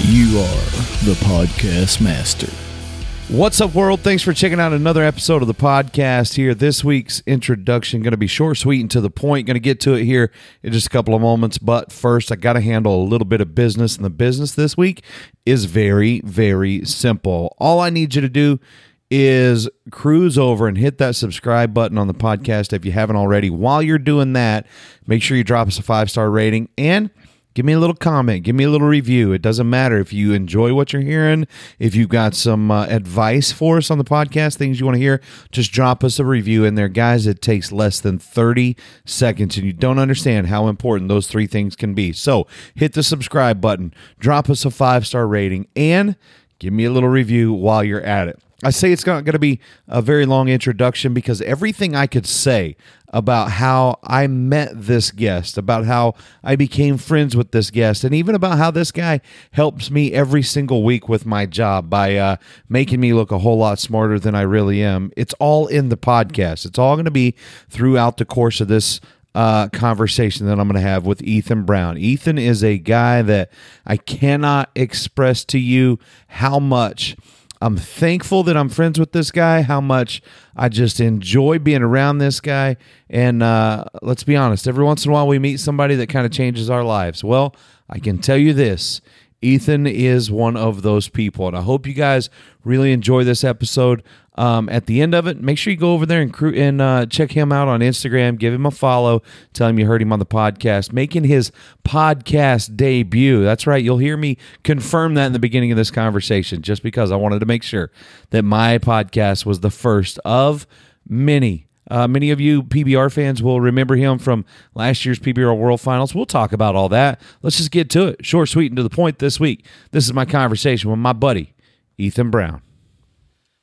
You are the podcast master. What's up, world? Thanks for checking out another episode of the podcast here. This week's introduction going to be short, sweet, and to the point. Going to get to it here in just a couple of moments. But first, I got to handle a little bit of business, and the business this week is very, very simple. All I need you to do is cruise over and hit that subscribe button on the podcast if you haven't already. While you're doing that, make sure you drop us a five star rating and give me a little comment give me a little review it doesn't matter if you enjoy what you're hearing if you've got some uh, advice for us on the podcast things you want to hear just drop us a review in there guys it takes less than 30 seconds and you don't understand how important those three things can be so hit the subscribe button drop us a five star rating and give me a little review while you're at it I say it's not going to be a very long introduction because everything I could say about how I met this guest, about how I became friends with this guest, and even about how this guy helps me every single week with my job by uh, making me look a whole lot smarter than I really am, it's all in the podcast. It's all going to be throughout the course of this uh, conversation that I'm going to have with Ethan Brown. Ethan is a guy that I cannot express to you how much. I'm thankful that I'm friends with this guy, how much I just enjoy being around this guy. And uh, let's be honest, every once in a while we meet somebody that kind of changes our lives. Well, I can tell you this Ethan is one of those people. And I hope you guys really enjoy this episode. Um, at the end of it, make sure you go over there and, cru- and uh, check him out on Instagram. Give him a follow. Tell him you heard him on the podcast, making his podcast debut. That's right. You'll hear me confirm that in the beginning of this conversation, just because I wanted to make sure that my podcast was the first of many. Uh, many of you PBR fans will remember him from last year's PBR World Finals. We'll talk about all that. Let's just get to it. Short, sweet, and to the point this week. This is my conversation with my buddy, Ethan Brown.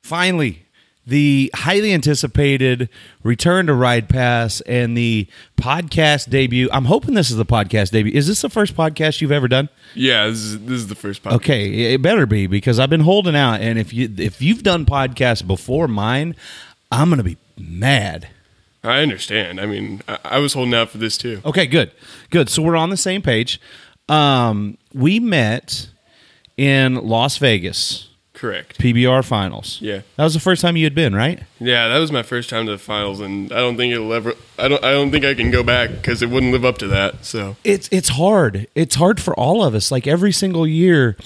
Finally, the highly anticipated return to Ride Pass and the podcast debut. I'm hoping this is the podcast debut. Is this the first podcast you've ever done? Yeah, this is, this is the first podcast. Okay, it better be because I've been holding out. And if you if you've done podcasts before mine, I'm gonna be mad. I understand. I mean, I, I was holding out for this too. Okay, good, good. So we're on the same page. Um, we met in Las Vegas Correct. PBR finals. Yeah. that was the first time you had been, right? Yeah, that was my first time to the finals, and I don't think it'll ever. I don't. I don't think I can go back because it wouldn't live up to that. So it's it's hard. It's hard for all of us. Like every single year,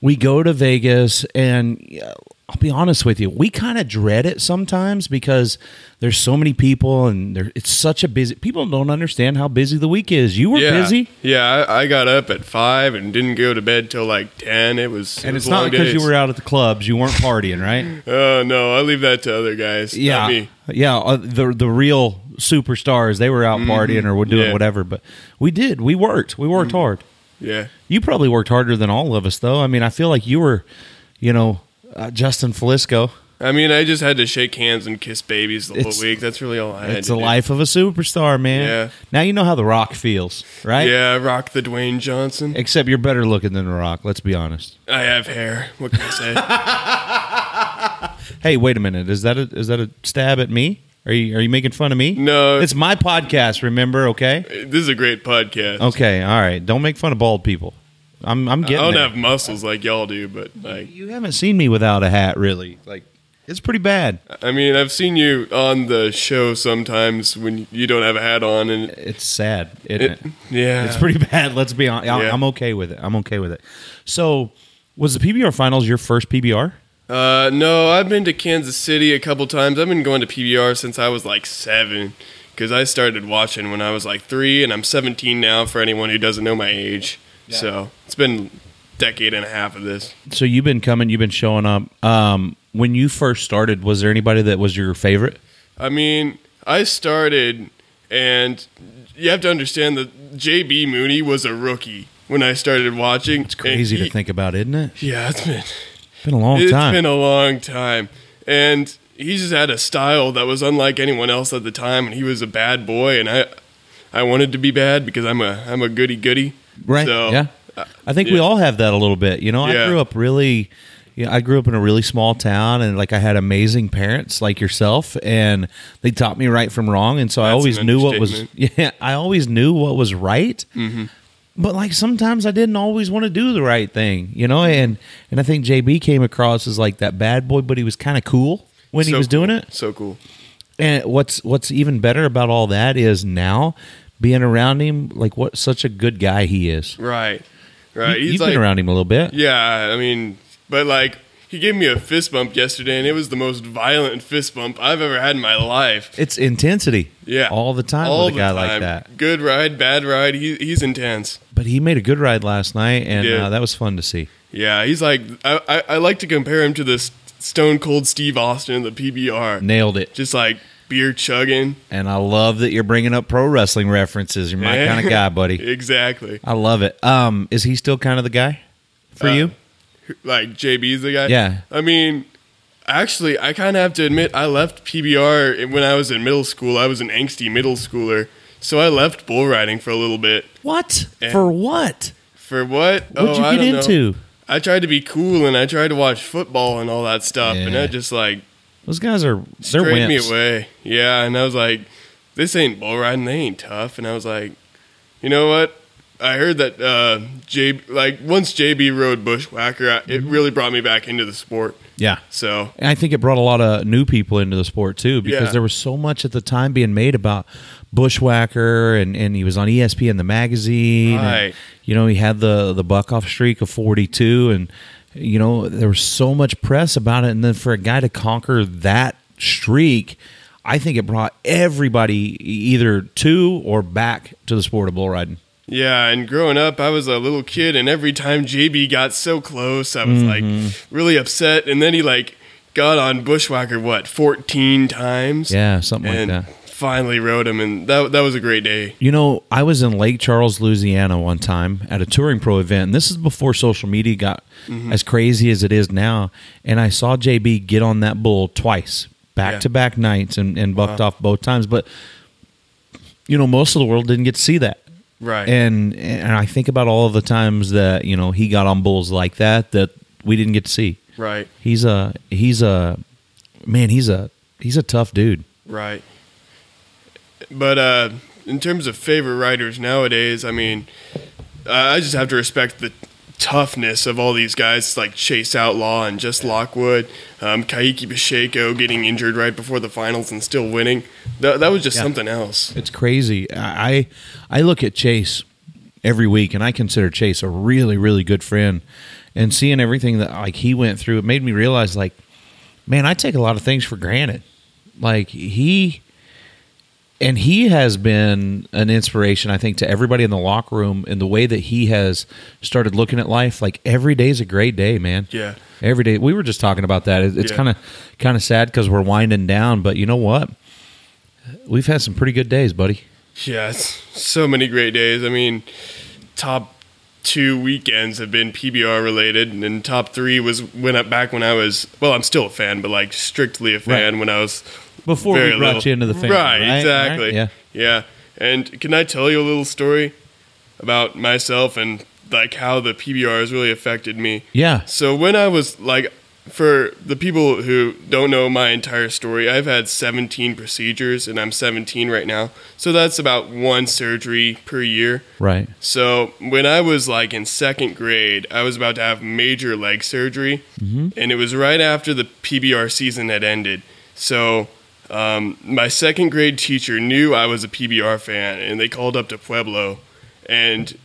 we go to Vegas, and uh, I'll be honest with you, we kind of dread it sometimes because there's so many people, and there, it's such a busy. People don't understand how busy the week is. You were yeah, busy, Yeah, I, I got up at five and didn't go to bed till like ten. It was. it and was it's not long because you days. were out at the clubs. You weren't partying, right? Oh no, I leave that to other guys. yeah, not me. yeah. Uh, the the real superstars they were out partying or were doing Mm-hmm. yeah. Mm-hmm. whatever, but we did. We worked. We worked hard. Yeah. You probably worked harder than all of us, though. I mean, I feel like you were, you know, uh, Justin Felisco. I mean, I just had to shake hands and kiss babies the It's- whole week. That's really all I had. It's to the do. life of a superstar, man. Yeah. Now you know how The Rock feels, right? Yeah, rock the Dwayne Johnson. Except you're better looking than The Rock. Let's be honest. I have hair. What can I say? Hey, wait a minute. Is that a, is that a stab at me? Are you are you making fun of me? No. It's my podcast. Remember? Okay. this is a great podcast. Okay. All right. Don't make fun of bald people. I'm I'm I getting. don't there. have muscles like y'all do, but like You haven't seen me without a hat, really. Like it's pretty bad. I mean, I've seen you on the show sometimes when you don't have a hat on, and It's sad, isn't it, it? yeah, It's pretty bad. Let's be honest. Yeah. I'm okay with it. I'm okay with it. So, was the PBR finals your first PBR? Uh, no, I've been to Kansas City a couple times. I've been going to PBR since I was like seven, because I started watching when I was like three, and I'm 17 now. For anyone who doesn't know my age, so it's been decade and a half of this. So you've been coming. You've been showing up. Um, when you first started, was there anybody that was your favorite? I mean, I started, and you have to understand that JB Mooney was a rookie when I started watching. It's Crazy to think about, isn't it? Yeah, it's been. Been a long It's time. been a long time. And he just had a style that was unlike anyone else at the time and he was a bad boy and I I wanted to be bad because I'm a I'm a goody goody. right? So uh, yeah. I think we yeah. all have that a little bit. You know, I Yeah. grew up really. Yeah, I grew up in a really small town, and like I had amazing parents like yourself, and they taught me right from wrong, and so I That's always an knew what was. understatement. Mm-hmm. Yeah, I always knew what was right. but like sometimes I didn't always want to do the right thing, you know. And and I think JB came across as like that bad boy, but he was kind of cool when he So was doing cool. it. So cool. And what's what's even better about all that is now being around him, like what such a good guy he is. Right. Right. you, Uh, He's have like been around him a little bit. Yeah, I mean, but like he gave me a fist bump yesterday and it was the most violent fist bump I've ever had in my life. It's intensity. Yeah. All the time All with a the guy like time. that. Good ride, bad ride. He, he's intense. But he made a good ride last night, and did. uh, that was fun to see. Yeah, he's like I, I, I like to compare him to this stone cold Steve Austin of the PBR. Nailed it. Just like beer chugging. And I love that you're bringing up pro wrestling references. You're my kind of guy, buddy. exactly. I love it. Um, is he still kind of the guy for Uh, you? Like JB's the guy. Yeah. I mean, actually, I kind of have to admit, I left PBR when I was in middle school. I was an angsty middle schooler, so I left bull riding for a little bit. What Yeah. for? What? For what? Oh, What'd you I get don't know. into? I tried to be cool and I tried to watch football and all that stuff, and Yeah. that just like Those guys are they're straightened me wimps. away. Yeah, and I was like, this ain't bull riding. They ain't tough. And I was like, you know what? I heard that uh, J like once JB rode bushwhacker, I, Mm-hmm. it really brought me back into the sport. Yeah. So And I think it brought a lot of new people into the sport too, because Yeah. there was so much at the time being made about Bushwhacker, and, and he was on E ESPN the magazine. and, Right. you know, he had the the buck off streak of forty two, and you know there was so much press about it. And then for a guy to conquer that streak, I think it brought everybody e-, either to or back to the sport of bull riding. Yeah, and growing up, I was a little kid, and every time JB got so close, I was like Mm-hmm. really upset. And then he like got on Bushwhacker what fourteen times? Yeah, something and like that. finally rode him, and that that was a great day. You know, I was in Lake Charles, Louisiana one time at a touring pro event. And this is before social media got Mm-hmm. as crazy as it is now. And I saw JB get on that bull twice, back Yeah. to back nights, and, and bucked off both times. But, you know, most of the world didn't get to see that. Right. And, and I think about all of the times that, you know, he got on bulls like that that we didn't get to see. Right, He's a, he's a, man, he's a, he's a tough dude. right. But uh, in terms of favorite riders nowadays, I mean, I I just have to respect the toughness of all these guys like Chase Outlaw and Just Lockwood, um, Kaiki Pacheco getting injured right before the finals and still winning. That, that was just Yeah. something else. It's crazy. I I look at Chase every week, and I consider Chase a really really good friend. And seeing everything that like he went through, it made me realize like, man, I take a lot of things for granted. Like he and he has been an inspiration i think to everybody in the locker room in the way that he has started looking at life like every day is a great day man Yeah. every day we were just talking about that It- it's Yeah. kind of kind of sad because we're winding down but you know what we've had some pretty good days buddy Yeah, it's so many great days. I mean, top two weekends have been PBR related, and then top three was when I, back when I was well, I'm still a fan, but like strictly a fan when I was before very we brought little. you into the family right, right? exactly. Right? yeah yeah. And can I tell you a little story about myself and like how the PBR has really affected me? yeah So when I was like, for the people who don't know my entire story, I've had 17 procedures and I'm 17 right now. So that's about one surgery per year. right So when I was like in second grade, I was about to have major leg surgery, and it was right after the PBR season had ended. So um, my second grade teacher knew I was a PBR fan, and they called up to Pueblo, and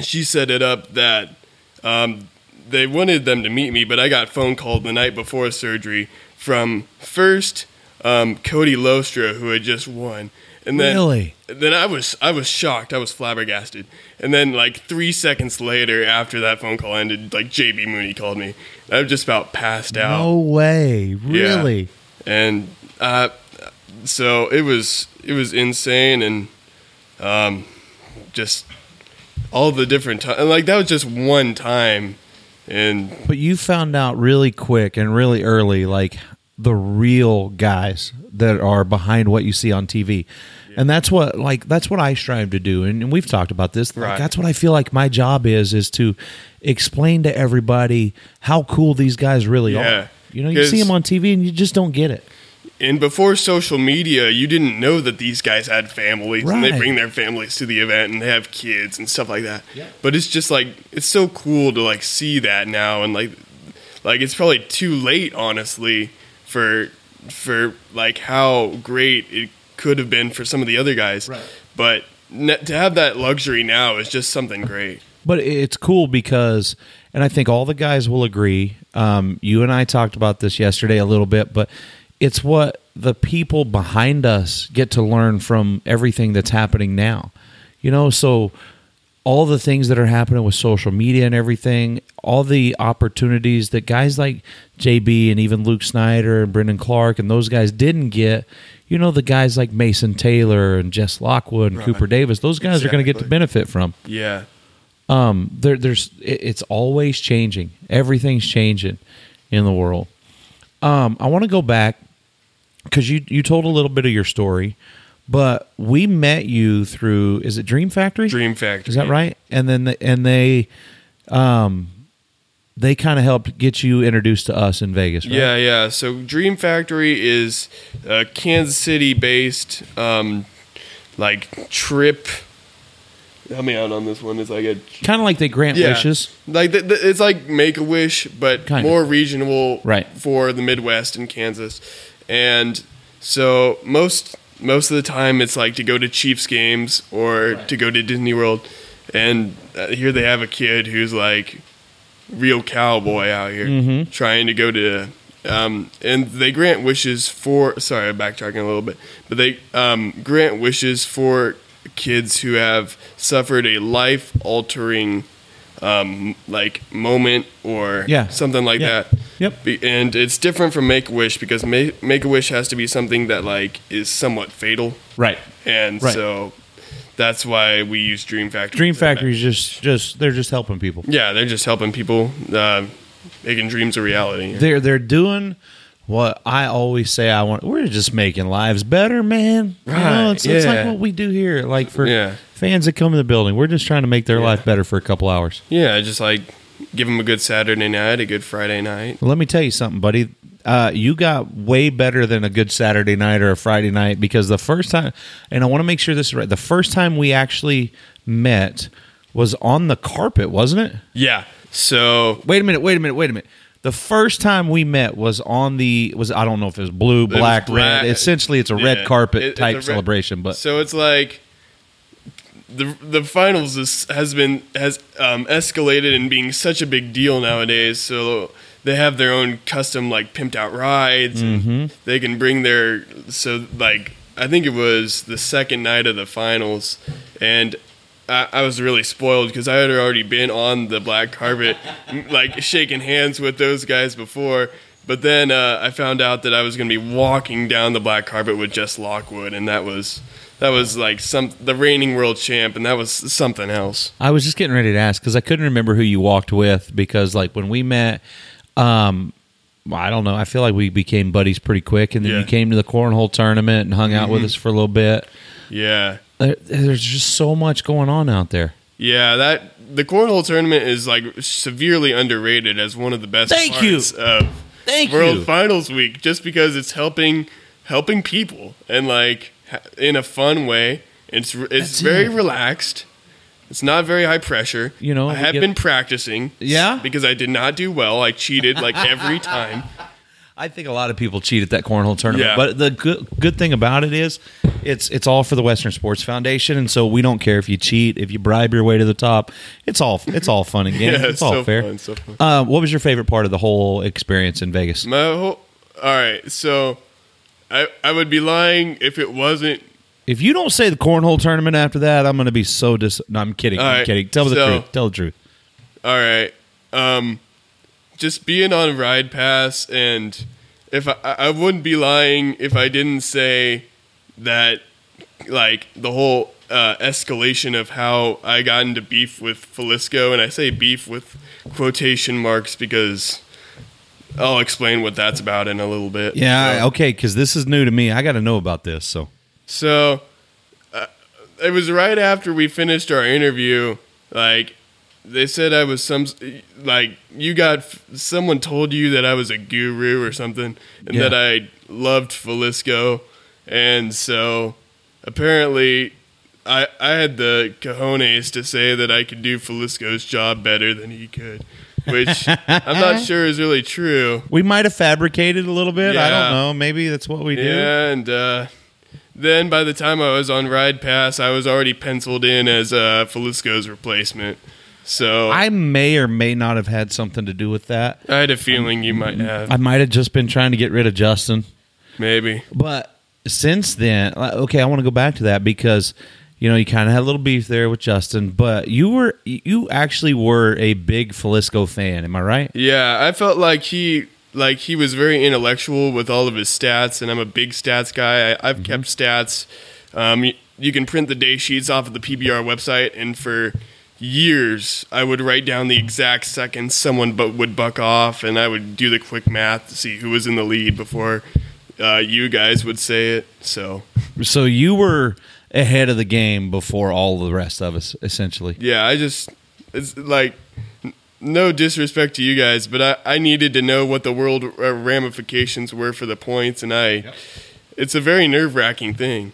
she set it up that um, they wanted them to meet me, but I got phone called the night before surgery from first um, Cody Lostra, who had just won, and then really then I was I was shocked. I was flabbergasted. And then like three seconds later, after that phone call ended, like JB Mooney called me. I was just about passed out. no way oh. Yeah. really And uh, so it was it was insane and um, just all the different times. Like that was just one time. And But you found out really quick and really early, like the real guys that are behind what you see on TV. And that's what like that's what I strive to do. And, and we've talked about this. Like, Right. that's what I feel like my job is is to explain to everybody how cool these guys really Yeah. are. You know, you see 'Cause- them on TV and you just don't get it. and before social media, you didn't know that these guys had families and Right. they bring their families to the event and they have kids and stuff like that. Yeah. But it's just like it's so cool to like see that now and like like it's probably too late honestly for for like how great it could have been for some of the other guys. Right. But ne- to have that luxury now is just something great. But it's cool because, and I think all the guys will agree. Um, you and I talked about this yesterday a little bit, but it's what the people behind us get to learn from everything that's happening now. You know, so all the things that are happening with social media and everything, all the opportunities that guys like JB and even Luke Snyder and Brendan Clark and those guys didn't get, you know, the guys like Mason Taylor and Jess Lockwood and Cooper Davis, those guys are going to get to Exactly. benefit from Yeah. there, there's it- it's always changing. Everything's changing in the world. Um, I want to go back because you you told a little bit of your story, but we met you through is it Dream Factory? Dream Factory. Is that right? And then the, and they um they kind of helped get you introduced to us in Vegas. Right? Yeah, yeah. So Dream Factory is a Kansas City based um, like trip. Help me out on this one. It's like a kind of like they grant yeah, wishes. like th- th- it's like Make a Wish, but Kinda. more regional Right. for the Midwest and Kansas. And so most most of the time it's like to go to Chiefs games or to go to Disney World. And uh, here they have a kid who's like real cowboy out here Mm-hmm. trying to go to um, and they grant wishes for sorry I'm backtracking a little bit but they um, grant wishes for kids who have suffered a life altering um, like moment or Yeah. something like Yeah. that Yep. Be- and it's different from make a wish because make a wish has to be something that like is somewhat fatal Right. and Right. so that's why we use dream factory Dream Factory's just just they're just helping people. yeah they're just helping people uh, making dreams a reality They're they're doing what I always say I want. We're just making lives better, man. You know, Right, it's, it's like yeah. what we do here. Like for Yeah. fans that come in the building, we're just trying to make their life better for a couple hours. Yeah, just like give them a good Saturday night, a good Friday night. Let me tell you something, buddy. Uh, you got way better than a good Saturday night or a Friday night because the first time, and I want to make sure this is right. The first time we actually met was on the carpet, wasn't it? Yeah. So Wait a minute, wait a minute, wait a minute. The first time we met was on the was I don't know if it was blue, was black, black. red. Essentially, it's a yeah, red carpet it- it's type a red- celebration. But so it's like the the finals is, has been has um, escalated and being such a big deal nowadays. So they have their own custom like pimped out rides. Mm-hmm. And they can bring their so like I think it was the second night of the finals, and I, I was really spoiled because I had already been on the black carpet, m- like shaking hands with those guys before. But then uh, I found out that I was going to be walking down the black carpet with Jess Lockwood, and that was that was like some the reigning world champ, and that was something else. I was just getting ready to ask because I couldn't remember who you walked with because like when we met, um, I don't know. I feel like we became buddies pretty quick, and then Yeah. Mm-hmm. you came to the cornhole tournament and hung out with us for a little bit. Yeah, There, there's just so much going on out there. yeah. That the cornhole tournament is like severely underrated as one of the best. Thank you. parts Of Thank World you. Finals week just because it's helping helping people and like ha- in a fun way. It's r- it's That's very it. relaxed. It's not very high pressure. You know, I we have get- been practicing. Yeah? because I did not do well. I cheated like every time. I think a lot of people cheat at that cornhole tournament, Yeah. but the good good thing about it is it's it's all for the Western Sports Foundation, and so we don't care if you cheat, if you bribe your way to the top. It's all it's all fun and games. Yeah, it's, it's all so fair. fun, so fun. Uh, what was your favorite part of the whole experience in Vegas? My whole, all right. So I I would be lying if it wasn't. If you don't say the cornhole tournament after that, I'm going to be so dis. No, I'm kidding. All I'm right, kidding. Tell me the so- truth. Tell the truth. All right. Um, just being on Ride Pass, and if I, I I wouldn't be lying if I didn't say that, like the whole uh, escalation of how I got into beef with Felisco, and I say beef with quotation marks because I'll explain what that's about in a little bit. Yeah. So- okay. Because this is new to me. I got to know about this. So so uh, it was right after we finished our interview. Like they said I was some like you got someone told you that I was a guru or something, and Yeah. that I loved Felisco, and so apparently. I, I had the cojones to say that I could do Felisco's job better than he could, which I'm not sure is really true. We might have fabricated a little bit. I Yeah. don't know. Maybe that's what we do. Yeah, and uh, then by the time I was on Ride Pass, I was already penciled in as uh, Felisco's replacement. So I, I may or may not have had something to do with that. had a feeling you might have, I might have just been trying to get rid of Justin. maybe. But since then, like, okay, I want to go back to that because you know you kind of had a little beef there with Justin, but you were you actually were a big Felisco fan. Am I right? Yeah, I felt like he like he was very intellectual with all of his stats, and I'm a big stats guy. I, I've kept stats. Um, y- you can print the day sheets off of the PBR website, and for years I would write down the exact second someone but would buck off, and I would do the quick math to see who was in the lead before uh, you guys would say it. So So you were ahead of the game before all the rest of us, essentially. yeah, I just it's like n- no disrespect to you guys, but I, I needed to know what the world uh, ramifications were for the points, and I it's a very nerve wracking thing.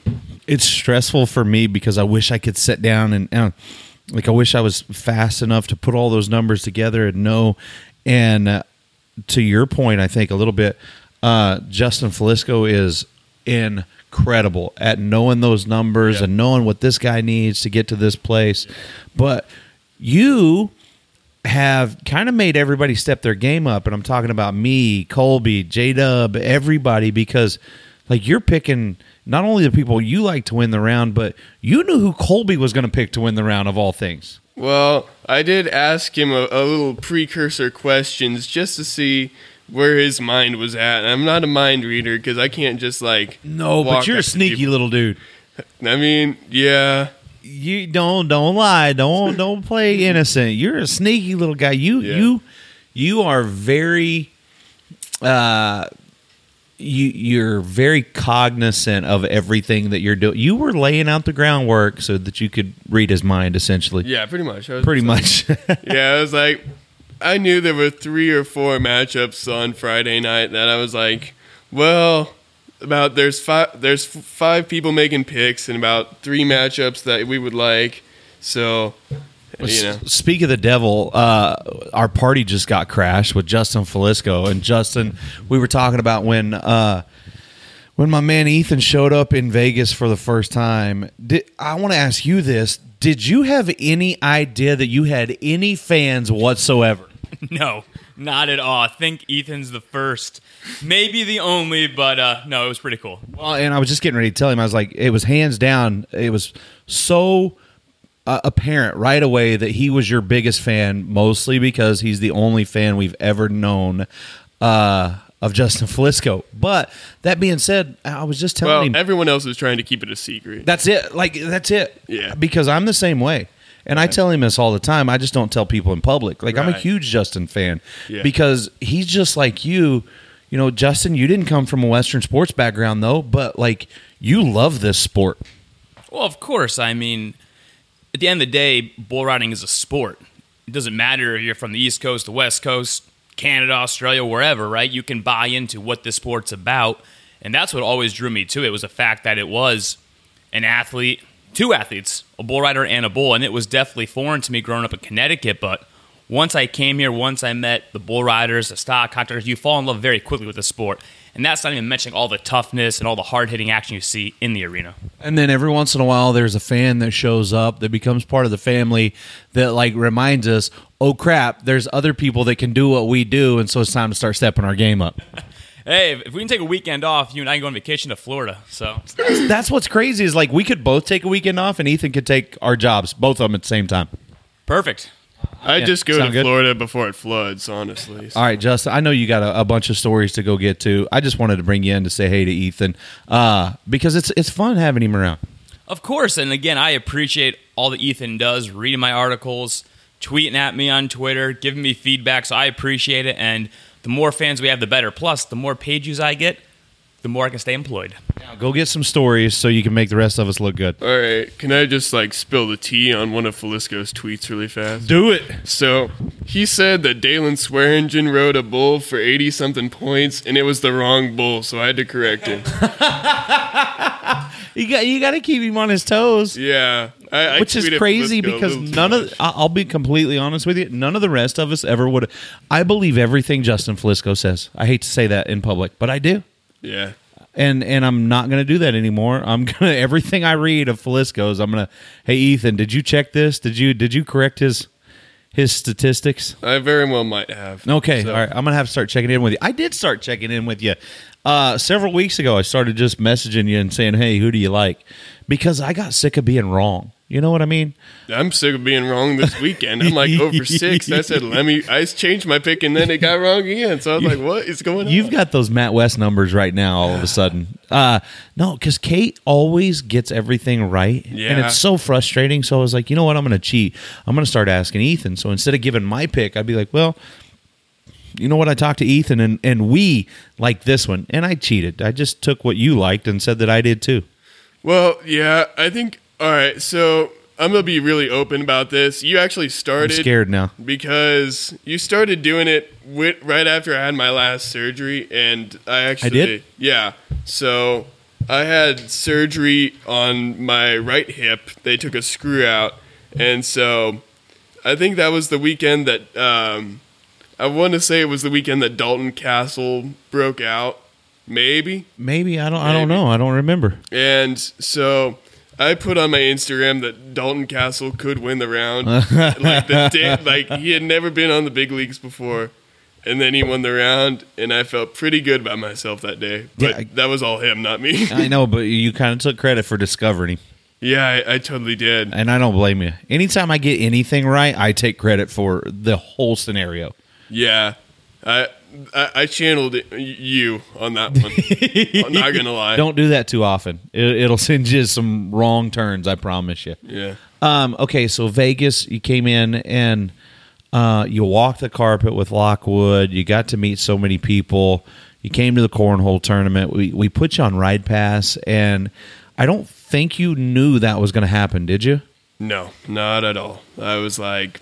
It's stressful for me because I wish I could sit down and uh, like I wish I was fast enough to put all those numbers together and know. And uh, to your point, I think a little bit, uh, Justin Felisco is incredible at knowing those numbers and knowing what this guy needs to get to this place. But you have kind of made everybody step their game up and I'm talking about me, Colby, J-Dub, everybody because like you're picking not only the people you like to win the round, but you knew who Colby was going to pick to win the round of all things. Well, I did ask him a, a little precursor questions just to see where his mind was at. And I'm not a mind reader because I can't just like No, walk but you're a up to sneaky little dude. people. I mean, yeah, You don't don't lie. Don't don't play innocent. You're a sneaky little guy. You Yeah. you you are very uh you you're very cognizant of everything that you're doing. You were laying out the groundwork so that you could read his mind essentially. yeah, pretty much. I was Pretty much. yeah, I was like, I knew there were three or four matchups on Friday night that I was like, well, about there's five there's f- five people making picks and about three matchups that we would like. So, you know, S- Speak of the devil, uh, our party just got crashed with Justin Felisco and Justin. We were talking about when uh, when my man Ethan showed up in Vegas for the first time. Did, I want to ask you this: Did you have any idea that you had any fans whatsoever? No, not at all. I think Ethan's the first, maybe the only, but uh, no, it was pretty cool. Well, and I was just getting ready to tell him. I was like, it was hands down. It was so uh, apparent right away that he was your biggest fan, mostly because he's the only fan we've ever known uh, of Justin Felisco. But that being said, I was just telling well, him everyone else was trying to keep it a secret. that's it. Like that's it. Yeah. Because I'm the same way. And I tell him this all the time. I just don't tell people in public. Like I'm a Right. huge Justin fan Yeah. because he's just like you. You know, Justin, you didn't come from a Western sports background though, but like you love this sport. Well, of course. I mean, at the end of the day, bull riding is a sport. It doesn't matter if you're from the East Coast, the West Coast, Canada, Australia, wherever, right? You can buy into what this sport's about. And that's what always drew me to it was the fact that it was an athlete, two athletes, a bull rider and a bull. And it was definitely foreign to me growing up in Connecticut. But once I came here, once I met the bull riders, the stock hunters, you fall in love very quickly with the sport. And that's not even mentioning all the toughness and all the hard hitting action you see in the arena. And then every once in a while, there's a fan that shows up that becomes part of the family that like reminds us, oh crap, there's other people that can do what we do. And so it's time to start stepping our game up. Hey, if we can take a weekend off, you and I can go on vacation to Florida. So That's what's crazy is like we could both take a weekend off and Ethan could take our jobs, both of them at the same time. perfect. I Yeah, just go sound to good? Florida before it floods, honestly. So- All right, Justin, I know you got a, a bunch of stories to go get to. I just wanted to bring you in to say hey to Ethan uh, because it's it's fun having him around. Of course, and again, I appreciate all that Ethan does, reading my articles, tweeting at me on Twitter, giving me feedback. So I appreciate it, and the more fans we have, the better. Plus, the more page views I get, the more I can stay employed. Now go get some stories so you can make the rest of us look good. All right, can I just like spill the tea on one of Felisco's tweets really fast? Do it. So he said that Dalen Swearingen rode a bull for 80 something points and it was the wrong bull, so I had to correct him. You got you got to keep him on his toes. Yeah. I, I which tweeted is crazy Felisco a because little too none of much. I- I'll be completely honest with you, none of the rest of us ever would. I believe everything Justin Felisco says. I hate to say that in public, but I do. Yeah. And and I'm not going to do that anymore. I'm going to everything I read of Felisco's, I'm going to Hey Ethan, did you check this? Did you did you correct his his statistics? I very well might have. Okay, So- all right. I'm gonna have to start checking in with you. I did start checking in with you uh, several weeks ago. I started just messaging you and saying, "Hey, who do you like?" Because I got sick of being wrong. You know what I mean? I'm sick of being wrong this weekend. I'm like over six. I said, let me, I changed my pick and then it got wrong again. So I was like, what is going on? You've got those Matt West numbers right now. All of a sudden, uh, no, because Kate always gets everything right, and Yeah. it's so frustrating. So I was like, you know what? I'm gonna cheat. I'm gonna start asking Ethan. So instead of giving my pick, I'd be like, well. you know what? I talked to Ethan and, and we like this one. And I cheated. I just took what you liked and said that I did too. Well, yeah, I think, all right. So I'm going to be really open about this. You actually I'm started. scared now. Because you started doing it wi right after I had my last surgery, and I actually did? yeah. So I had surgery on my right hip. They took a screw out, and so I think that was the weekend that um, I want to say it was the weekend that Dalton Castle broke out, maybe. Maybe I don't. I don't Maybe. know. I don't remember. And so I put on my Instagram that Dalton Castle could win the round. like the day, like he had never been on the big leagues before. And then he won the round, and I felt pretty good about myself that day. But Yeah, I- that was all him, not me. I know, but you kind of took credit for discovering him, yeah, I, I totally did. and I don't blame you. Anytime I get anything right, I take credit for the whole scenario. Yeah, I I, I channeled y- you on that one. I'm not gonna lie. Don't do that too often. It, it'll send you some wrong turns. I promise you. Yeah. Um. Okay. So Vegas, you came in and uh, you walked the carpet with Lockwood. You got to meet so many people. You came to the cornhole tournament. We we put you on ride pass, and I don't think you knew that was going to happen, did you? No, not at all. I was like,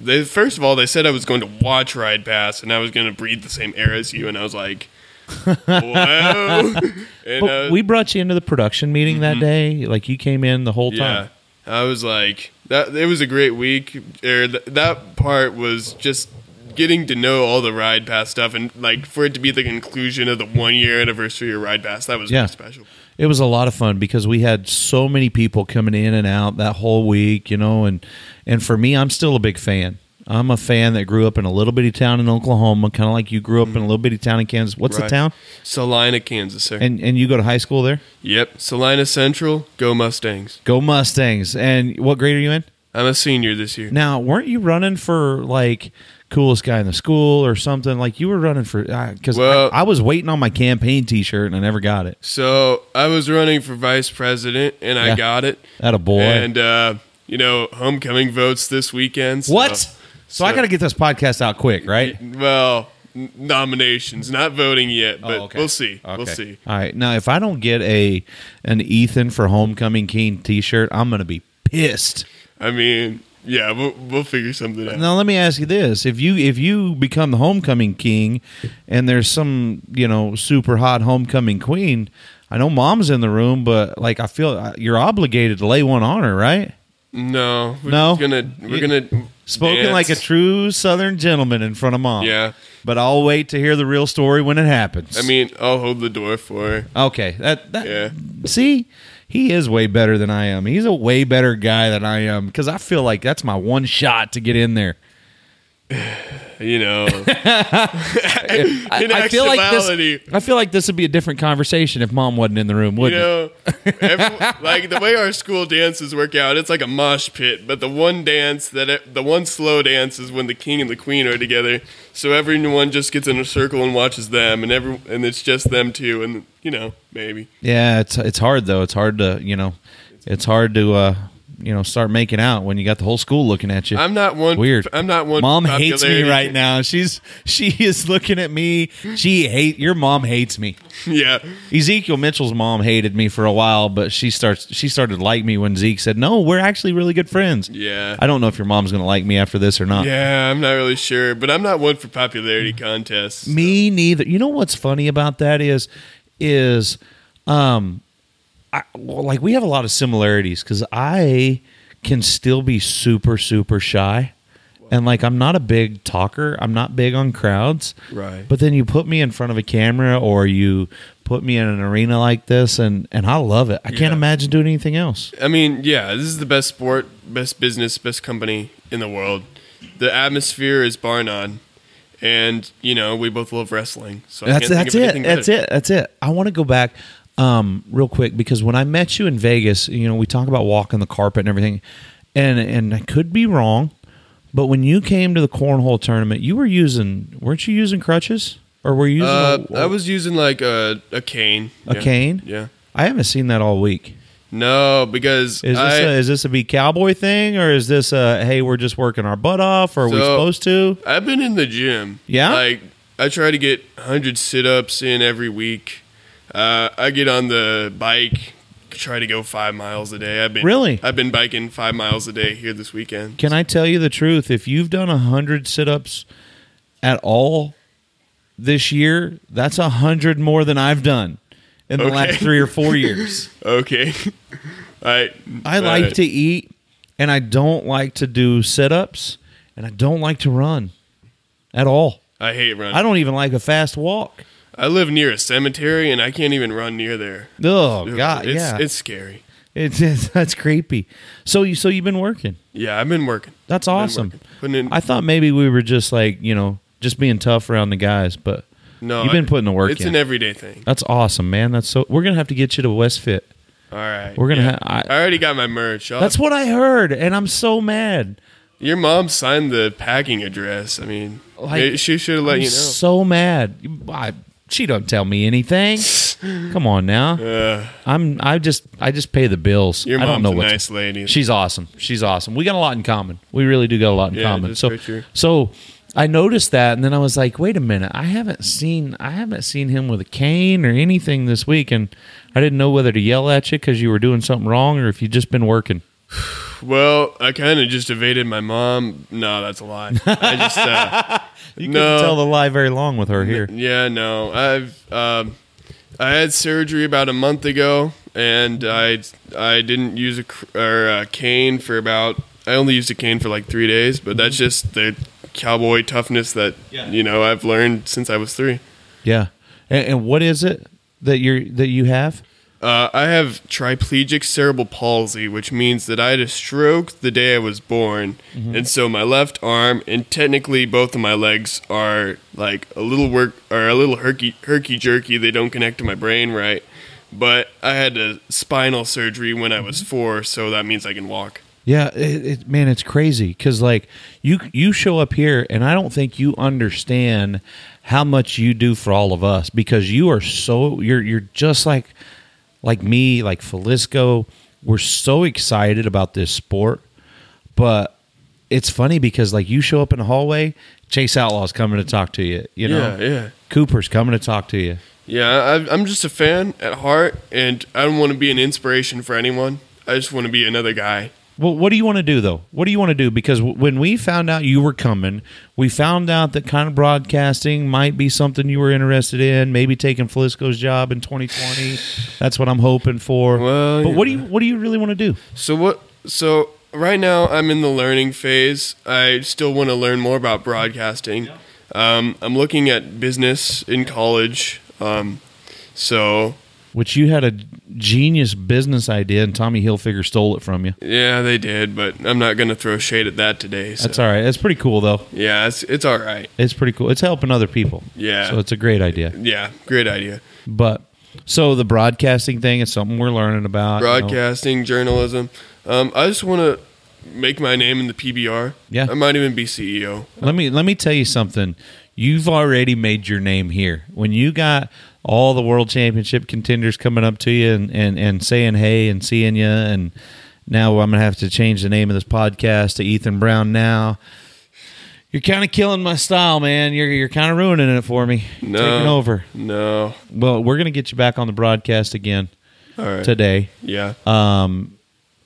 they, first of all, they said I was going to watch Ride Pass and I was going to breathe the same air as you, and I was like, whoa. and But I, we brought you into the production meeting that day. Like you came in the whole yeah, time. I was like, that. It was a great week. Or th- that part was just getting to know all the Ride Pass stuff, and like for it to be the conclusion of the one year anniversary of Ride Pass, that was Yeah. really special. It was a lot of fun because we had so many people coming in and out that whole week, you know, and and for me, I'm still a big fan. I'm a fan that grew up in a little bitty town in Oklahoma, kind of like you grew up in a little bitty town in Kansas. What's the Right. town? Salina, Kansas, sir. And and you go to high school there? yep, Salina Central. Go Mustangs. Go Mustangs. And what grade are you in? I'm a senior this year. Now, weren't you running for like coolest guy in the school or something? Like you were running for because Well- I, I was waiting on my campaign T-shirt and I never got it. So I was running for vice president, and Yeah. I got it. That a boy. And uh, you know, homecoming votes this weekend. so- What? So, I so- got to get this podcast out quick, right? Well, n- nominations, not voting yet, but Oh, okay. we'll see. We'll Okay. see. All right. Now, if I don't get a an Ethan for Homecoming King T-shirt, I'm gonna be pissed. I mean, yeah, we'll we'll figure something out. Now, let me ask you this: if you if you become the Homecoming King, and there's some you know super hot Homecoming Queen, I know Mom's in the room, but like I feel uh, you're obligated to lay one on her, right? No, we're No? just gonna we're gonna Spoken dance. like a true Southern gentleman in front of Mom. Yeah. But I'll wait to hear the real story when it happens. I mean, I'll hold the door for. her. Okay, that, that Yeah. see, he is way better than I am. He's a way better guy than I am because I feel like that's my one shot to get in there. You know, I, in I feel like this. actuality- I feel like this would be a different conversation if Mom wasn't in the room, You wouldn't it? know, every, like the way our school dances work out, it's like a mosh pit. But the one dance that it, the one slow dance is when the king and the queen are together. So everyone just gets in a circle and watches them, and every and it's just them two. And you know, maybe Yeah, it's it's hard though. It's hard to you know, it's hard to uh, you know, start making out when you got the whole school looking at you. I'm not one. Weird. I'm not one. Mom hates me popularity- right now. She's she is looking at me. She hate your mom hates me. Yeah. Ezekiel Mitchell's mom hated me for a while, but she starts she started to like me when Zeke said, "No, we're actually really good friends." Yeah. I don't know if your mom's gonna like me after this or not. Yeah, I'm not really sure, but I'm not one for popularity contests. Me neither. You know what's funny about that is, is, um, I, well, like we have a lot of similarities because I can still be super super shy, and like I'm not a big talker. I'm not big on crowds. Right. But then you put me in front of a camera or you put me in an arena like this, and and I love it. I can't Yeah. imagine doing anything else. I mean, yeah, this is the best sport, best business, best company in the world. The atmosphere is bar none, and you know we both love wrestling. So I That's can't that's think of it. anything That's better. it. That's it. I want to go back um, real quick because when I met you in Vegas, you know, we talk about walking the carpet and everything, and and I could be wrong, but when you came to the cornhole tournament, you were using weren't you using crutches or were you using Uh, a- I was using like a a cane. a Yeah. cane? Yeah. I haven't seen that all week. No, because Is this I, a, is this a be cowboy thing or is this a hey we're just working our butt off or are we So- supposed to? I've been in the gym. Yeah? Like I try to get 100 sit-ups in every week. Uh, I get on the bike, try to go five miles a day. I've been Really? I've been biking five miles a day here this weekend. Can I tell you the truth? If you've done a hundred sit-ups at all this year, that's a hundred more than I've done in the Okay. last three or four years. Okay. uh, All right. I All like right. to eat, and I don't like to do sit-ups, and I don't like to run at all. I hate running. I don't even like a fast walk. I live near a cemetery and I can't even run near there. Oh God, it's, yeah, It's scary. it's, it's that's creepy. So you so you've been working. Yeah, I've been working. That's I've been awesome. working. Putting in, I thought maybe we were just like you know just being tough around the guys, but no, you've been putting the work It's in. an everyday thing. That's awesome, man. That's so. We're gonna have to get you to West Fit. All right. We're gonna. yeah. Ha- I I, already got my merch. I'll- that's what I heard, and I'm so mad. Your mom signed the packing address. I mean, Like, it- she should have let I'm Uh, you know. so mad. I, she don't tell me anything. Come on now. Uh, I'm. I just. I just pay the bills. your I don't mom's know a what's- nice lady. She's awesome. She's awesome. We got a lot in common. We really do got a lot in Yeah, common. that's So very true. so I noticed that and then I was like, wait a minute, I haven't seen I haven't seen him with a cane or anything this week and I didn't know whether to yell at you because you were doing something wrong or if you just been working. well, I kind of just evaded my mom. No, that's a lie. I just uh, You No. couldn't tell the lie very long with her here. yeah, no. I've um, I had surgery about a month ago, and I I didn't use a cr- or a cane for about. I only used a cane for like three days, but that's just the cowboy toughness that Yeah. you know I've learned since I was three. Yeah. And, and what is it that you're that you have? Uh, I have triplegic cerebral palsy, which means that I had a stroke the day I was born, and so my left arm and technically both of my legs are like a little work or a little herky herky jerky. They don't connect to my brain right. But I had a spinal surgery when I was four, so that means I can walk. Yeah, it, it, man, it's crazy because like you you show up here, and I don't think you understand how much you do for all of us because you are so you're you're just like like me, like Felisco. We're so excited about this sport, but it's funny because like you show up in the hallway, Chase Outlaw's coming to talk to you. You know, Yeah, yeah. Cooper's coming to talk to you. Yeah, I, I'm just a fan at heart, and I don't want to be an inspiration for anyone. I just want to be another guy. Well, what do you want to do though? What do you want to do? Because w- when we found out you were coming, we found out that kind of broadcasting might be something you were interested in. Maybe taking Felisco's job in 2020. That's what I'm hoping for. Well, but what do yeah. you what do you really want to do? So what? So right now I'm in the learning phase. I still want to learn more about broadcasting. Um, I'm looking at business in college. Um, so Which you had a genius business idea, and Tommy Hilfiger stole it from you. yeah, they did, but I'm not gonna throw shade at that today. So. That's all right. That's pretty cool though. yeah, it's it's all right. It's pretty cool. It's helping other people. Yeah. So it's a great idea. Yeah, great idea. But so the broadcasting thing is something we're learning about. you know. Broadcasting, journalism. Um, I just want to make my name in the PBR. Yeah. I might even be E CEO. Let me let me tell you something. You've already made your name here. When you got all the world championship contenders coming up to you and, and, and saying hey and seeing you and Now I'm gonna have to change the name of this podcast to Ethan Brown. Now you're kind of killing my style, man. You're you're kind of ruining it for me. No. Taking over. No. Well, we're gonna get you back on the broadcast again All right. today. Yeah.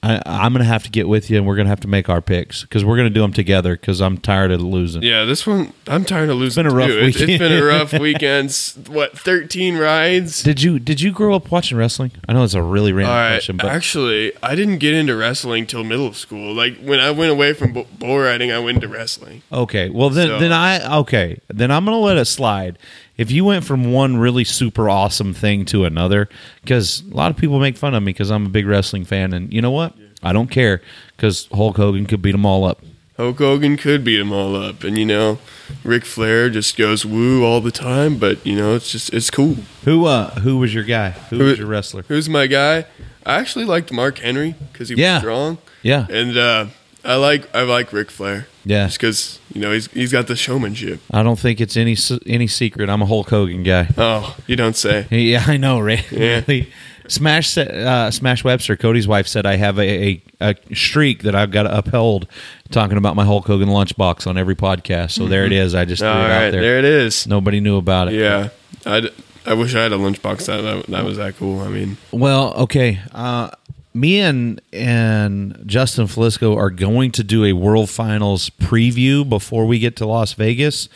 I, I'm gonna have to get with you, and we're gonna have to make our picks because we're gonna do them together. Because I'm tired of losing. yeah. This one, I'm tired of losing. been a rough too. It's- it's weekend. been a rough weekend. S- What? 13 rides. Did you Did you grow up watching wrestling? I know it's a really random All right. question, but Actually, I didn't get into wrestling till middle school. Like when I went away from bu- bull riding, I went into wrestling. okay. Well, then So- then I okay. Then I'm gonna let it slide. If you went from one really super awesome thing to another, because a lot of people make fun of me because I'm a big wrestling fan, and you know what? I don't care because Hulk Hogan could beat them all up. Hulk Hogan could beat them all up, and you know, Ric Flair just goes woo all the time. But you know, it's just it's cool. Who uh Who was your guy? Who, Who- was your wrestler? Who's my guy? I actually liked Mark Henry because he Yeah. was strong, Yeah, and uh, I like I like Ric Flair. Yeah. just because you know he's he's got the showmanship. I don't think it's any se- any secret. I'm a Hulk Hogan guy. Oh, you don't say. Yeah, I know, right? Yeah. Really. Smash sa- uh, Smash Webster, Cody's wife said I have a, a, a streak that I've got to uphold talking about my Hulk Hogan lunchbox on every podcast. So there it is. I just All threw it right, out there. there. it is. Nobody knew about it. Yeah, I I wish I had a lunchbox that that, that was that cool. I mean, Well, okay. Uh, me and and Justin Felisco are going to do a World Finals preview before we get to Las Vegas,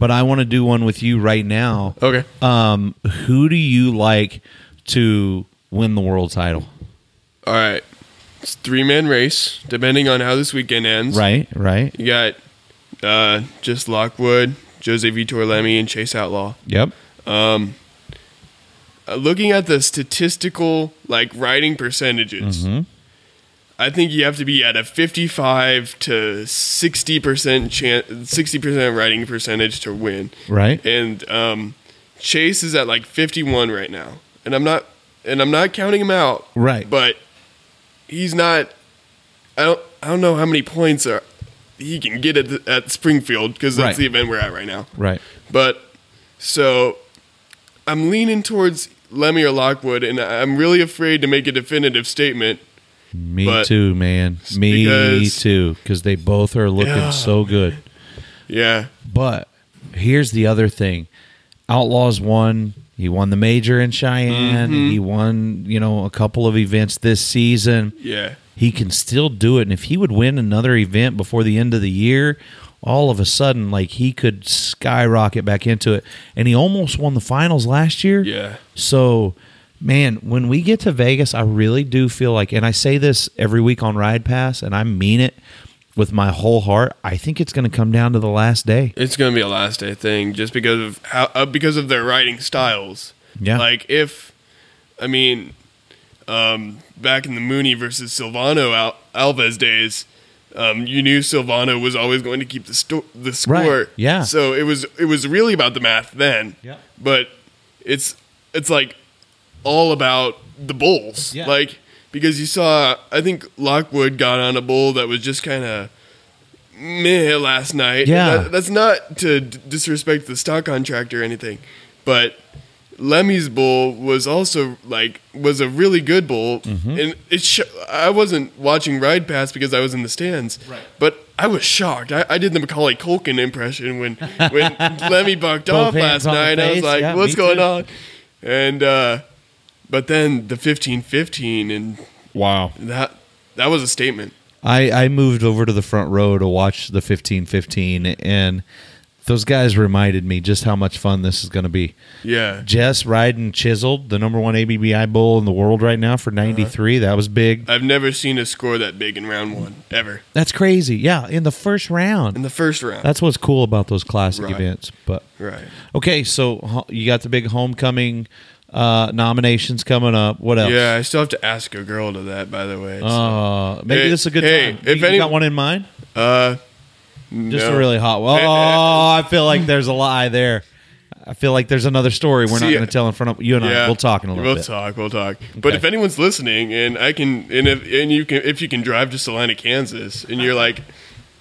but I want to do one with you right now. okay. Um, who do you like to win the world title? All right. It's three man race, depending on how this weekend ends. Right, right. You got uh, just Lockwood, Jose Vitor Lemmy, and Chase Outlaw. Yep. Uh, looking at the statistical like riding Mm-hmm. percentages, I think you have to be at a fifty-five to sixty percent chance, sixty percent riding percentage to win. Right. And um, Chase is at like fifty-one right now, and I'm not, and I'm not counting him out. Right. But he's not. I don't. I don't know how many points are he can get at, the, at Springfield because that's Right. the event we're at right now. Right. But so I'm leaning towards Lemmy or Lockwood, and I'm really afraid to make a definitive statement. Me But- too, man. Me because- too. Because they both are looking Yeah. so good. Yeah, But here's the other thing Outlaws won. He won the major in Cheyenne. Mm-hmm. He won, you know, a couple of events this season. yeah, He can still do it. And if he would win another event before the end of the year, all of a sudden, like he could skyrocket back into it. And he almost won the finals last year. yeah. So, man, when we get to Vegas, I really do feel like, and I say this every week on Ride Pass, and I mean it with my whole heart. I think it's going to come down to the last day. It's gonna be a last day thing just because of how uh, because of their writing styles. Yeah. like if I mean, um, back in the Mooney versus Silvano Al- Alves days. Um, you knew Silvano was always going to keep the sto- the Right, score. yeah. So it was it was really about the math then. Yeah. But it's it's like all about the bulls. Yeah. Like because you saw I think Lockwood got on a bull that was just kind of meh last night. Yeah. That- that's not to d- disrespect the stock contract or anything, but Lemmy's bull was also like was a really good bull, Mm-hmm. and it. Sh- I wasn't watching Ride Pass because I was in the stands, right. but I was shocked. I, I did the Macaulay Culkin impression when when Lemmy bucked Both off hands last on the night. I was face. like, Yeah, "What's me going too." on?" And uh, but then the fifteen fifteen and Wow. that that was a statement. I, I moved over to the front row to watch the 15 15, and those guys reminded me just how much fun this is going to be. Yeah, Jess riding Chiseled, the number one ABBI bull in the world right now for 93. That was big. I've never seen a score that big in round one ever That's crazy. Yeah, in the first round. in the first round. That's what's cool about those classic Right. events. But right. okay, so ho- you got the big homecoming uh, nominations coming up. What else? Yeah, I still have to ask a girl to that. By the way, So, Uh, maybe Hey, this is a good hey, time. if you any- got one in mind? uh, Just no. a really hot one. Eh, eh. Oh, I feel like there's a lie there. I feel like there's another story we're not See, going to tell in front of you and I. We'll talk in a little we'll bit. talk. We'll talk. But if anyone's listening, and I can, and if and you can, if you can drive to Salina, Kansas, and you're like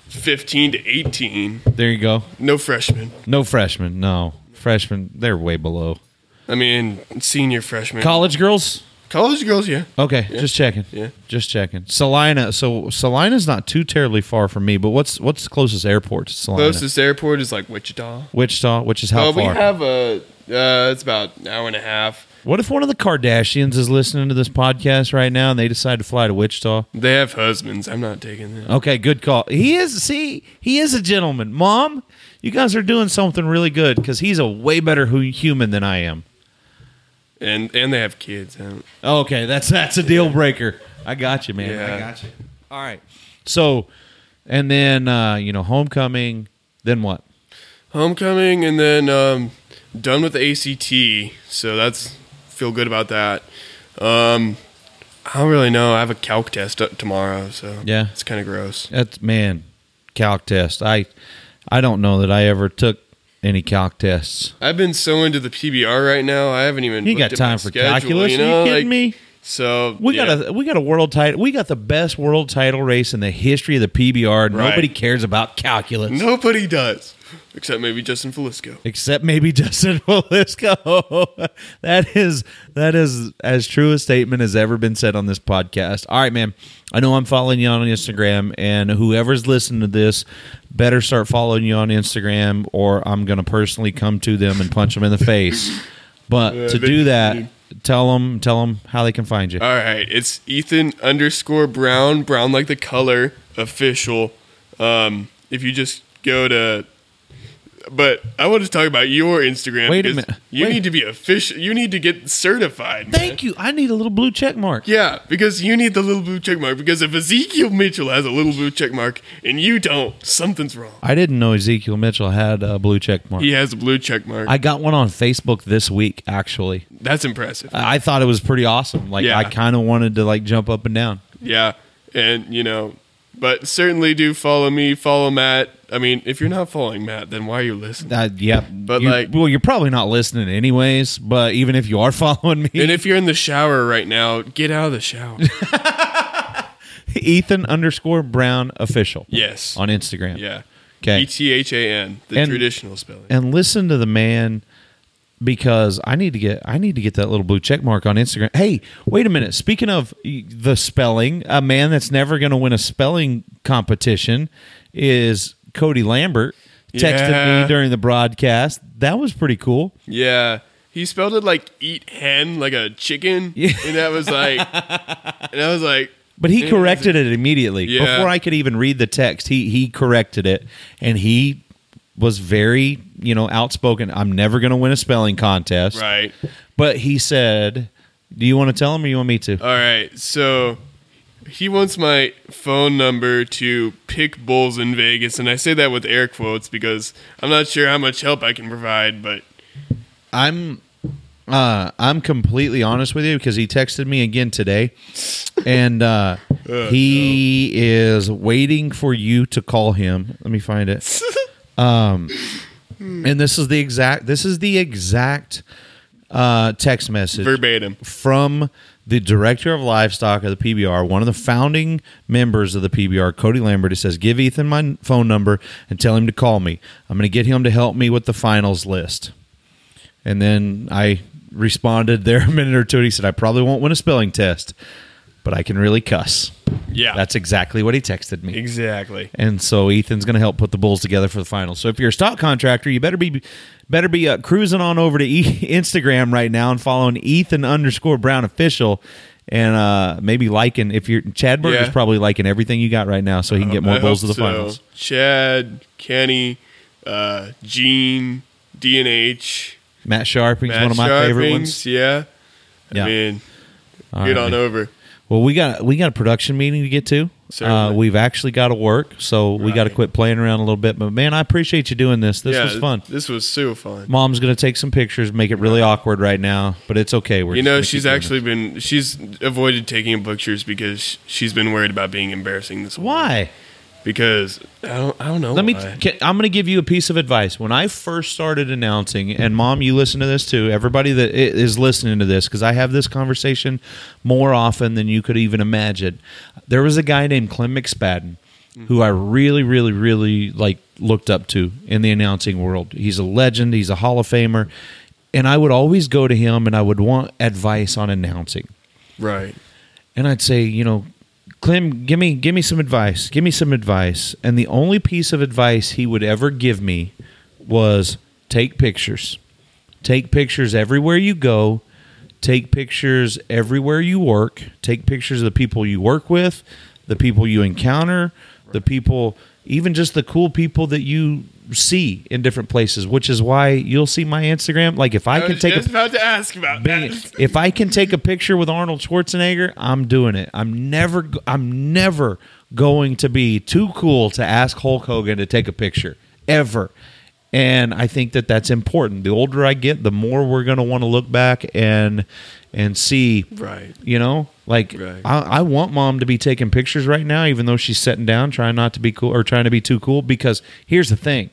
fifteen to eighteen, There you go. no freshman. No freshmen. No freshmen. They're way below I mean, senior freshman. college girls. College girls, yeah. Okay, just checking. Yeah. just checking. Salina. So Salina's not too terribly far from me, but what's what's the closest airport to Salina? Closest airport is like Wichita. Wichita, which is how Oh, we far? have a. Uh, it's about an hour and a half. what if one of the Kardashians is listening to this podcast right now and they decide to fly to Wichita? They have husbands. I'm not taking them. Okay, good call. He is. See, he is a gentleman. Mom, you guys are doing something really good because he's a way better hu- human than I am. And and they have kids. I don't- Okay, that's that's a deal breaker. I got you, man. Yeah. I got you. All right. So, and then uh, you know, homecoming. Then what? Homecoming and then um, done with the ACT. So that's feel good about that. Um, I don't really know. I have a calc test up tomorrow, so Yeah. it's kind of gross. That's man, calc test. I I don't know that I ever took any calc tests. I've been so into the PBR right now. I haven't even You ain't looked got at my time for schedule, calculus? You know? Are you kidding Like, me? So We yeah. got a we got a world title. We got the best world title race in the history of the PBR. Nobody cares about calculus. nobody does except maybe Justin Felisco. except maybe Justin Willisco. that is that is as true a statement as ever been said on this podcast. All right, man. I know I'm following you on Instagram, and whoever's listening to this better start following you on Instagram, or I'm gonna personally come to them and punch them in the face. But to they- Uh, do that, tell them tell them how they can find you. All right, it's Ethan underscore Brown, Brown like the color official. Um, if you just go to, but I want to talk about your Instagram. Wait a because minute. You Wait. need to be official. You need to get certified. man. Thank you. I need a little blue check mark. Yeah, because you need the little blue check mark. Because if Ezekiel Mitchell has a little blue check mark and you don't, something's wrong. I didn't know Ezekiel Mitchell had a blue check mark. He has a blue check mark. I got one on Facebook this week, actually. That's impressive. I I thought it was pretty awesome. Like Yeah. I kind of wanted to like jump up and down. Yeah, and you know, but certainly do follow me. Follow Matt. I mean, if you're not following Matt, then why are you listening? Uh, yeah, But, You're- like- well, you're probably not listening anyways. But even if you are following me, And if you're in the shower right now, get out of the shower. Ethan underscore Brown official Yes. on Instagram. yeah. Okay. E T H A N, the And- traditional spelling. and listen to the man because I need to get I need to get that little blue check mark on Instagram. Hey, wait a minute. Speaking of y- the spelling, a man that's never going to win a spelling competition is Cody Lambert. Texted Yeah. me during the broadcast. That was pretty cool. yeah. He spelled it like eat hen, like a chicken. Yeah. And that was like, and I was like, But he corrected it immediately Yeah. before I could even read the text. He he corrected it, and he was very you know outspoken. I'm never going to win a spelling contest, right. But he said, "Do you want to tell him, or you want me to?" All right. So he wants my phone number to pick bulls in Vegas. And I say that with air quotes because I'm not sure how much help I can provide, but I'm uh, I'm completely honest with you because he texted me again today, and uh, he is waiting for you to call him. Let me find it. Um, and this is the exact this is the exact uh, text message verbatim. from the director of livestock of the PBR, one of the founding members of the PBR, Cody Lambert. It says, "Give Ethan my phone number and tell him to call me. I'm going to get him to help me with the finals list." And then I responded there a minute or two. And he said, "I probably won't win a spelling test, but I can really cuss." Yeah. That's exactly what he texted me. exactly. And so Ethan's going to help put the Bulls together for the finals. So if you're a stock contractor, you better be better be uh, cruising on over to e- Instagram right now and following Ethan underscore Brown official, and uh, maybe liking if you're Chad Burke is Yeah. probably liking everything you got right now, so he can get more I Bulls to hope the so. finals. Chad, Kenny, uh, Gene, DNH, Matt Sharping's Matt one of my favorite Sharpings, ones. Yeah. Yeah. I mean, All get right, on man. over. Well, we got we got a production meeting to get to. Uh, Certainly. we've actually got to work, so we got to Right. quit playing around a little bit. But man, I appreciate you doing this. This yeah, was fun. This was so fun. Mom's gonna take some pictures, make it really awkward right now, but it's okay. We're You just know, gonna she's keep doing actually been she's avoided taking pictures because sh- she's been worried about being embarrassing this it. whole week. why. Because I don't I don't know. Let me. why. Can, I'm gonna give you a piece of advice. When I first started announcing, and Mom, you listen to this too. Everybody that i- is listening to this, because I have this conversation more often than you could even imagine. There was a guy named Clem McSpadden who I really, really, really like looked up to in the announcing world. He's a legend. He's a Hall of Famer, and I would always go to him and I would want advice on announcing. Right. and I'd say, you know, Clem, give me give me some advice. Give me some advice. And the only piece of advice he would ever give me was take pictures. Take pictures everywhere you go. Take pictures everywhere you work. Take pictures of the people you work with, the people you encounter, the people even just the cool people that you see in different places, which is why you'll see my Instagram. Like if I, I can was take just a about to ask about Bang that. it. If I can take a picture with Arnold Schwarzenegger, I'm doing it. I'm never go- I'm never going to be too cool to ask Hulk Hogan to take a picture ever. And I think that that's important. The older I get, the more we're going to want to look back and and see Right. you know like Right. I, I want mom to be taking pictures right now even though she's sitting down trying not to be cool or trying to be too cool because here's the thing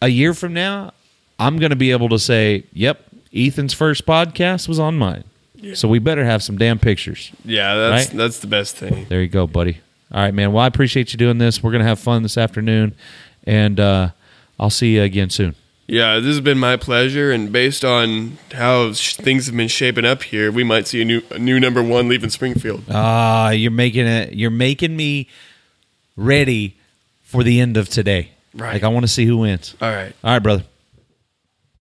a year from now i'm going to be able to say yep ethan's first podcast was on mine so we better have some damn pictures Yeah, that's Right? that's the best thing. there you go buddy all right man well i appreciate you doing this we're going to have fun this afternoon and uh, i'll see you again soon Yeah, this has been my pleasure, and based on how sh- things have been shaping up here, we might see a new a new number one leaving Springfield. ah you're making it you're making me ready for the end of today Right. like i want to see who wins All right. all right brother